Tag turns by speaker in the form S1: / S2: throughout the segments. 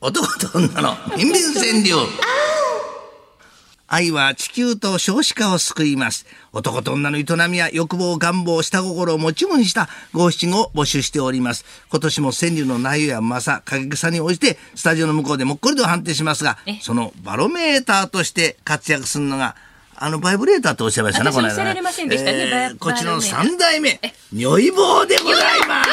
S1: 男と女のビンビン川柳。愛は地球と少子化を救います。男と女の営みや欲望、願望、下心を持ち物にした五七五を募集しております。今年も川柳の内容やまさ、影草に応じて、スタジオの向こうでもっこりと判定しますが、そのバロメーターとして活躍するのが、あのバイブレーターとおっしゃいましたね、
S2: この間、ね。私おっしゃら、ねえー、。
S1: こちらの三代目、如意棒でございます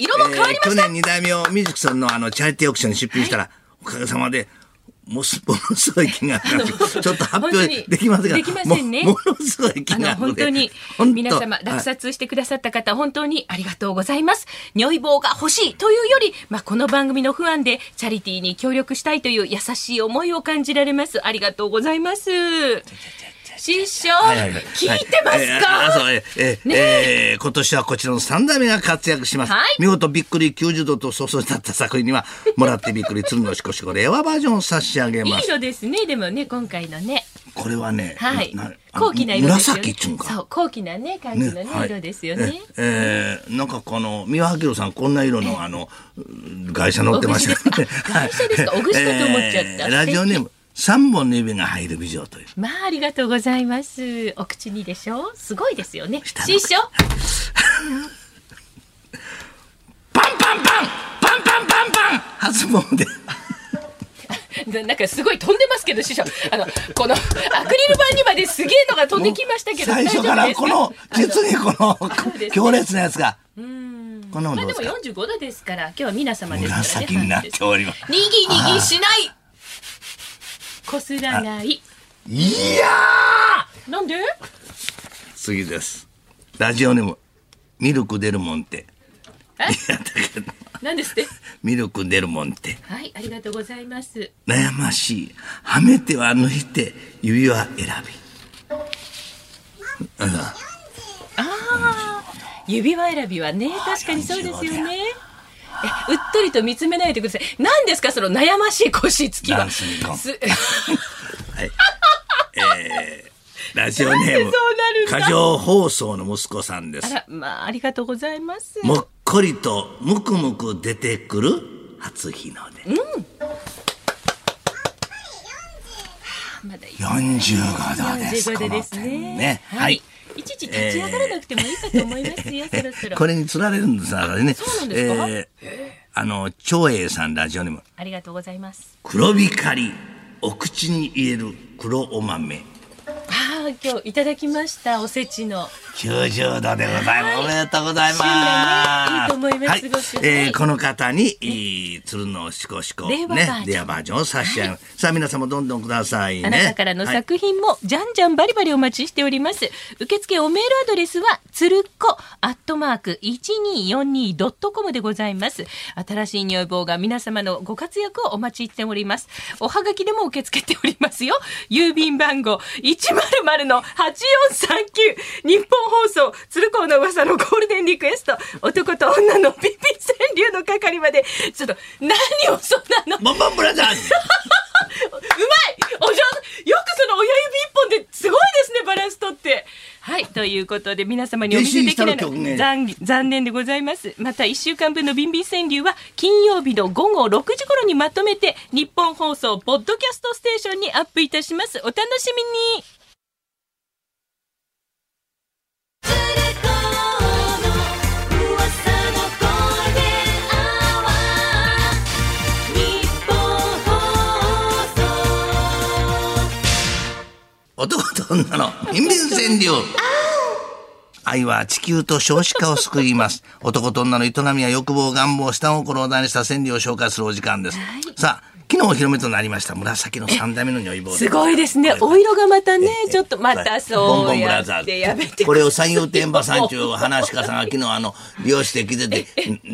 S2: 色も変わりまし、えー、去
S1: 年二代目を水木さんのあのチャリティーオークションに出品したら、はい、おかげさまでもすものすごい金額が ちょっと発表できませんが
S2: できませんね
S1: ものすごい金
S2: で
S1: 額、
S2: 本当に皆様落札してくださった方、はい、本当にありがとうございます如意棒が欲しいというより、まあ、この番組の不安でチャリティーに協力したいという優しい思いを感じられますありがとうございます師匠、はいはいはい、聞いてますか、はい
S1: えー、えー、ねえー、今年はこちらの3代目が活躍します、はい、見事びっくり90度とそそになった作 品にはもらってびっくり鶴のしこしこ令和バージョンを差し上げます
S2: いいのですねでもね今回のね
S1: これはね、
S2: はい、高貴な色
S1: ですよ、ね、紫っう
S2: そう高貴なね感じのね、ねはい、色ですよね
S1: ええー、なんかこの三輪明宏さんこんな色のあの外車乗ってました
S2: ね外車ですかおぐしだと思っちゃった、えー、
S1: ラジオネーム三本の指が入る美女という。
S2: まあ、ありがとうございます。お口にでしょすごいですよね。師匠。
S1: パンパンパン。パンパンパンパン。初詣で。
S2: なんかすごい飛んでますけど師匠あのこのアクリル板にまですげえのが飛んできましたけど
S1: 最初からこの実にこの強烈なやつがこんなもん
S2: どうですか、まあ、でも45度ですから今日は皆様ですから、ね、
S1: 紫になっております
S2: にぎにぎしないこすらない。
S1: いや
S2: なんで
S1: 次です。ラジオネーム、ミルク出るもんって。
S2: 何ですって
S1: ミルク出るもんって。
S2: はい、ありがとうございます。
S1: 悩ましい。はめては抜いて、指輪選び。
S2: ああ、指輪選びはね、確かにそうですよね。うっとりと見つめないでください。何ですか、その悩ましい腰つきは。
S1: はい。えー、ラジオネーム、過剰放送の息子さんで す。
S2: あまあ、ありがとうございます。
S1: もっこりとむくむく出てくる初日の出。
S2: うん。
S1: まだ45度です
S2: 45度ですね。ねはい、はいいちいち立ち上がらなくてもいいかと思いますよ、えー、そろそろ。
S1: これにつられるんです、
S2: あ
S1: れね。
S2: そうなんですか、えー、
S1: あの、長英さんラジオにも。
S2: ありがとうございます。
S1: 黒光り、お口に入れる黒お豆。
S2: ああ、今日いただきました、おせちの。。
S1: 90度でございます。おめでとうございます、
S2: ね、いいますはい
S1: えー、この方に、えー、鶴のしこしこ、ね、レアバージョンを差し上げ、はい、さあ、皆様どんどんください、ね、
S2: あなたからの作品も、はい、じゃんじゃんバリバリお待ちしております。受付おメールアドレスは、つるっこ、アットマーク、1242.com でございます。新しい女房が皆様のご活躍をお待ちしております。おはがきでも受け付けておりますよ。郵便番号100-8439、日本放送、鶴光の噂のゴールデンリクエスト、男と女のピピ川柳の係まで、ちょっと、何をそんなの。
S1: ボンボンブラザーズ
S2: うまいお上手よくその親指一本ですごいですね、バランスとって。はい、ということで皆様にお見せできないの、ね、残残念でございます。また1週間分のビンビン川柳は金曜日の午後6時頃にまとめて日本放送ポッドキャストステーションにアップいたします。お楽しみに
S1: 男と女のビンビン川柳。愛は地球と少子化を救います。男と女の営みや欲望、願望、下心を題にした川柳を紹介するお時間です。はい、さあ、昨日お披露目となりました紫の三代目の如意棒
S2: すごいですねお色がまたねちょっとまたそうやってやめて
S1: これを三遊天馬山中話家さんが昨日あの美容師で着 てて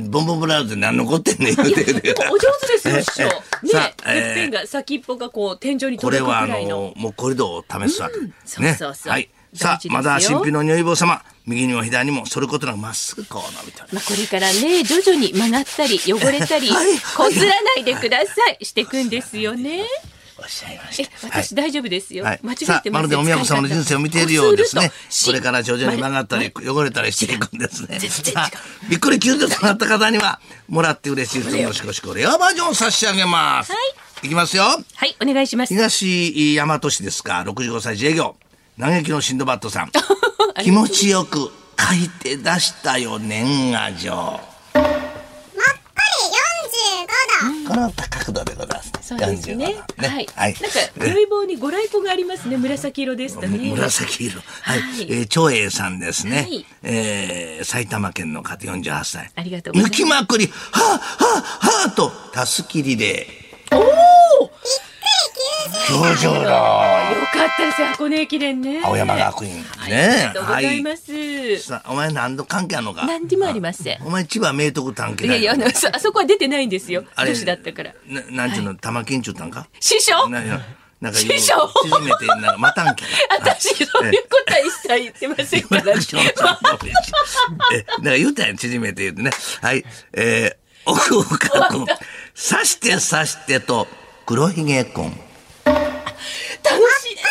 S1: ボンボンブラウズ何残ってんねん言うて
S2: お上手ですよ師匠 ねえペンが先っぽがこう天井に
S1: これはあのもうコリドを試すわけ、
S2: ねはい
S1: さあまだ神秘の如意棒様右にも左にもそれことなくまっすぐこう伸びて
S2: まあこれからね徐々 に曲がったり汚れたり、こすらないでくださいしていくんですよね。
S1: おっしゃいま
S2: え
S1: し、た。はい
S2: 私大丈夫ですよ。
S1: はい
S2: 間違え
S1: さ
S2: て
S1: あ、
S2: ま。
S1: まするでお宮子様の人生を見ているようですね
S2: こ。
S1: これから徐々に曲がったり、汚れたりしていくんですね。さあ、びっくり90となった方には、もらって嬉しいです。もしこしこレアバージョンを差し上げます。。
S2: はい
S1: いきますよ。
S2: はい、お願いします。
S1: 東大和市ですか、65歳自営業。嘆きのシンドバッドさ ん。気持ちよく書いて出したよ、年賀状。
S3: もっこり45度。
S1: この角度でございます。
S2: そうですね。
S1: 45度
S2: はい。
S1: はい。
S2: なんか黒い棒にご来光がありますね。紫色でしたね。
S1: 紫色。はい。
S2: はい
S1: えー長英さんですね。
S2: はい
S1: えー埼玉県の方48歳。
S2: ありがとうございます
S1: 抜きまくり、はあ、はあ、はあと、たすきリレー。表情だ。
S2: よかったですよ箱根駅伝ね。
S1: 青山学院。ね
S2: ありがとうございます。
S1: さあお前何度関係あるのか。
S2: 何にもありません。
S1: お前千葉明徳探検
S2: いやいや、あのそあそこは出てないんですよ。
S1: あれ
S2: 女子だったから。
S1: ななんていうの、玉金ちゅうたんか。
S2: 師匠
S1: なななんか
S2: 師匠
S1: 縮めて、なんか、またんけ。
S2: 私、そういうことは一切言ってませんからね。
S1: え、なんか言うたやん、縮めて言うてね。 はい。えー、奥岡君。刺して刺してと、黒ひげ君。
S2: 楽しいです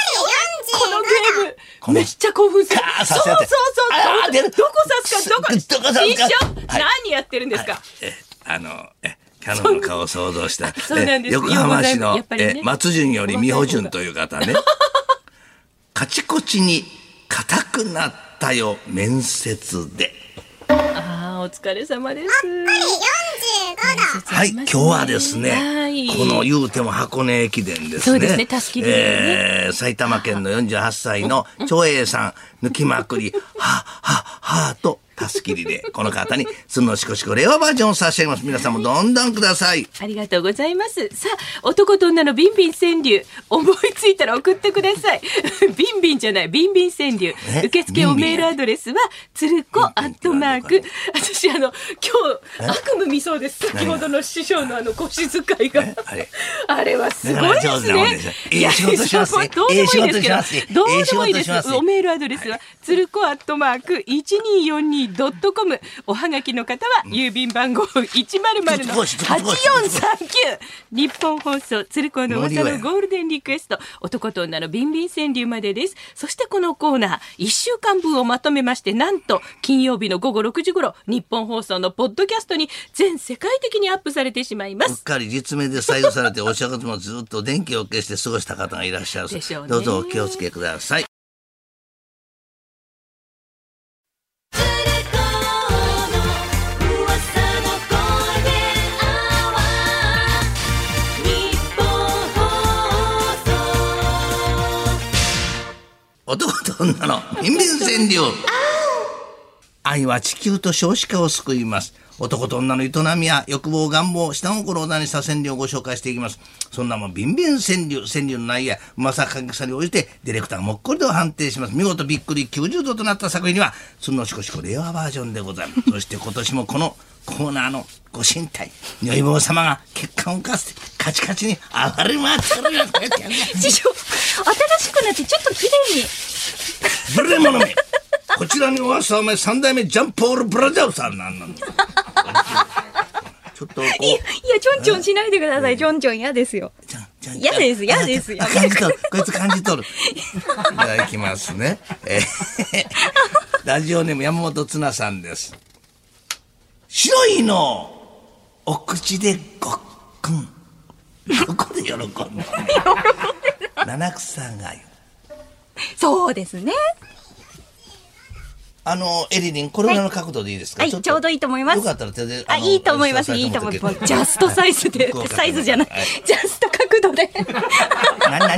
S2: このゲー
S1: こ
S2: ム
S1: の
S2: めっちゃ興奮する
S1: ガーッ
S2: そうそ
S1: 刺せ
S2: う
S1: 合
S2: そ
S1: っ
S2: うそう
S1: てあー出る
S2: どこ刺すかどこ
S1: どこ刺す
S2: 一緒
S1: かはい
S2: 何やってるんですか
S1: え、あの、え、キャノンの顔を想像した、
S2: そうなんです
S1: え横
S2: よ
S1: 浜市
S2: うございます
S1: の
S2: やっ、ぱりね
S1: え、松潤より美穂潤という方ね。カチコチに硬くなったよ、面接で。
S2: ああお疲れ様です
S1: はい、今日はですね、
S2: はい
S1: この言うても箱根駅伝ですね。
S2: そうですねたすきリレーね
S1: えー埼玉県の48歳の長英さん、抜きまくり、 はっはっはーと、たすきリレー。この方に、すんのしこしこ令和バージョンを差し上げます。皆さんもどんどんください。
S2: ありがとうございます。さあ、男と女のビンビン川柳、思いついたら送ってください。 ビンビンじゃない、ビンビン川柳
S1: え。
S2: 受付をメールアドレスは、つるこア
S1: ビンビンっ
S2: ッ
S1: て
S2: トマ
S1: なん
S2: ー
S1: だこれ
S2: ク。私、あの、今日、悪夢見そうです。先ほどの師匠のあの、腰使いが
S1: えあれ。
S2: あれはすごいです
S1: なかなか上手なもん
S2: ね
S1: でしょ。
S2: いや
S1: ええ仕事しますね
S2: どうでもいいですけ
S1: ええ仕事しますね
S2: ど、どうでもいい
S1: ええ仕事
S2: で。
S1: しますすね
S2: おメールアドレスは、つるこアットマーク 1242.com。おはがきの方は、郵便番号100丸の8439。日本放送、鶴子の噂のゴールデンリクエスト、男と女のビンビン川柳までです。そしてこのコーナー、1週間分をまとめまして、なんと、金曜日の午後6時頃、日本放送のポッドキャストに全世界的にアップされてしまいま
S1: うっ
S2: す。
S1: かり実名で採用されて、お正月もずっと電気を消して過ごした方がいらっしゃるそう
S2: でしょうね
S1: どうぞお気をつけください。男と女のビンビン川柳。愛は地球と少子化を救います。男と女の営みや欲望、願望、下心を大にした川柳をご紹介していきます。そんなもん、ビンビン川柳、川柳の内容や、うまさかさに応じて、ディレクターがもっこりと判定します。見事びっくり90度となった作品には、そのしこしこ令和バージョンでございます。そして今年もこのコーナーのご神体、如意棒様が血管をかすて、カチカチに暴れ回ってるよ。
S2: 師匠、新しくなってちょっと綺麗に。
S1: ブレモノめこちらにおわすお前三代目ジャンポール・ブラザーさんなんなんだちょっとこ
S4: いや、いうや、ちょんちょんしないでください。ちょんちょん嫌ですよ。
S1: じゃんじゃん
S4: 嫌です嫌です
S1: あ感じ取るこいつ感じ取るいただきますねえーラジオネーム山本綱さんです白いのお口でごっくんどこで喜んだ七草がゆ
S4: そうですね。
S1: あのエリリンこれぐらいの角度でいいですか、
S4: はい
S1: と
S4: ちょうどいいと思います
S1: よかったら手で
S4: あ、
S1: の
S4: いいと思います。
S1: 下
S4: い
S1: に
S4: いと思います
S1: 持。って
S4: ジャストサイズで
S1: 福岡、県
S4: サイズじゃない
S1: はい。
S4: ジャスト角度 で。
S1: なななな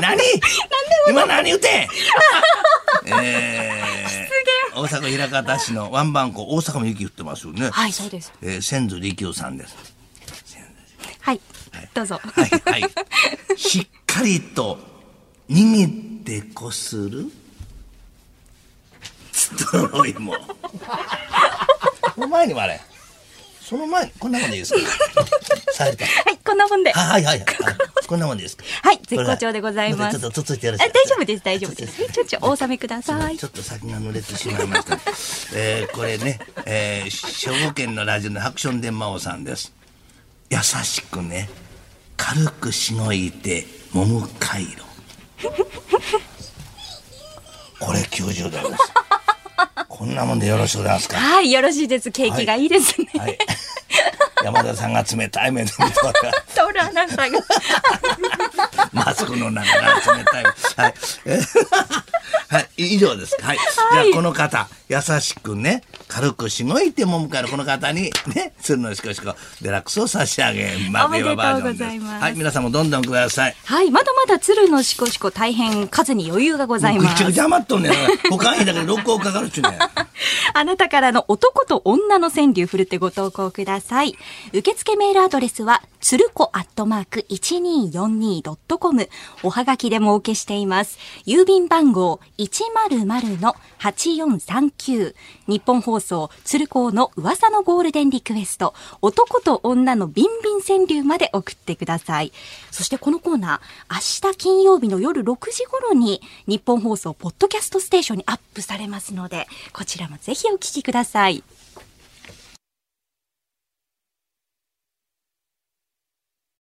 S1: 何今何言うてんえー、大阪枚方市のワンバンコ大阪も雪降ってますよね、
S4: はい、そうです。
S1: えー、先祖利休さんです
S4: はい。どうぞ。
S1: はいはいしっかりと握ってこするつとろいもその前にもあれその前にこんなもんでいいですかされた
S4: はい、こんなもんで。
S1: あはいはいはい。あこんなもんでいいですか。
S4: はい、絶好調でございます。
S1: ちょ
S4: あ、
S1: っとつついてよろしい
S4: 大
S1: です
S4: 丈
S1: か
S4: 夫です。大丈夫です。ちょんちょん、お納めください
S1: ち。ょっと先が濡れてしまいました。えー、これね、えー、兵庫県のラジオのハクション電魔王さんです。優しくね、軽くしのいで揉む回路これ90度ですこんなもんでよろしくございますか
S2: はい、よろしいです。景気がいいですね。
S1: はい山田さんが冷たい目で見ておられます
S2: トールアナウンサーが。
S1: マスクの中が冷たい。はい。え ーはい、以上です。はい。
S2: はい
S1: じゃあ、この方、優しくね、軽くしごいてもむから、この方に、ね、鶴のしこしこ、デラックスを差し上げます。
S2: おめでとうございます
S1: 令和バージョンではい、皆さんもどんどんください。
S2: はい、まだまだ鶴のしこしこ大変数に余裕がござい
S1: ぐ
S2: ま
S1: ちゃぐ
S2: す。
S1: ちゃ余っとんねん。保管費だけで6個かかるっちゅうねん。
S2: あなたからの男と女の川柳ふるってご投稿ください。受付メールアドレスは、つるこアットマーク 1242.com。おはがきでもお受けしています。郵便番号100-8439。日本放送、つるこの噂のゴールデンリクエスト。男と女のビンビン川柳まで送ってください。そしてこのコーナー、明日金曜日の夜6時頃に、日本放送、ポッドキャストステーションにアップされますので、こちらもぜひお聞きください。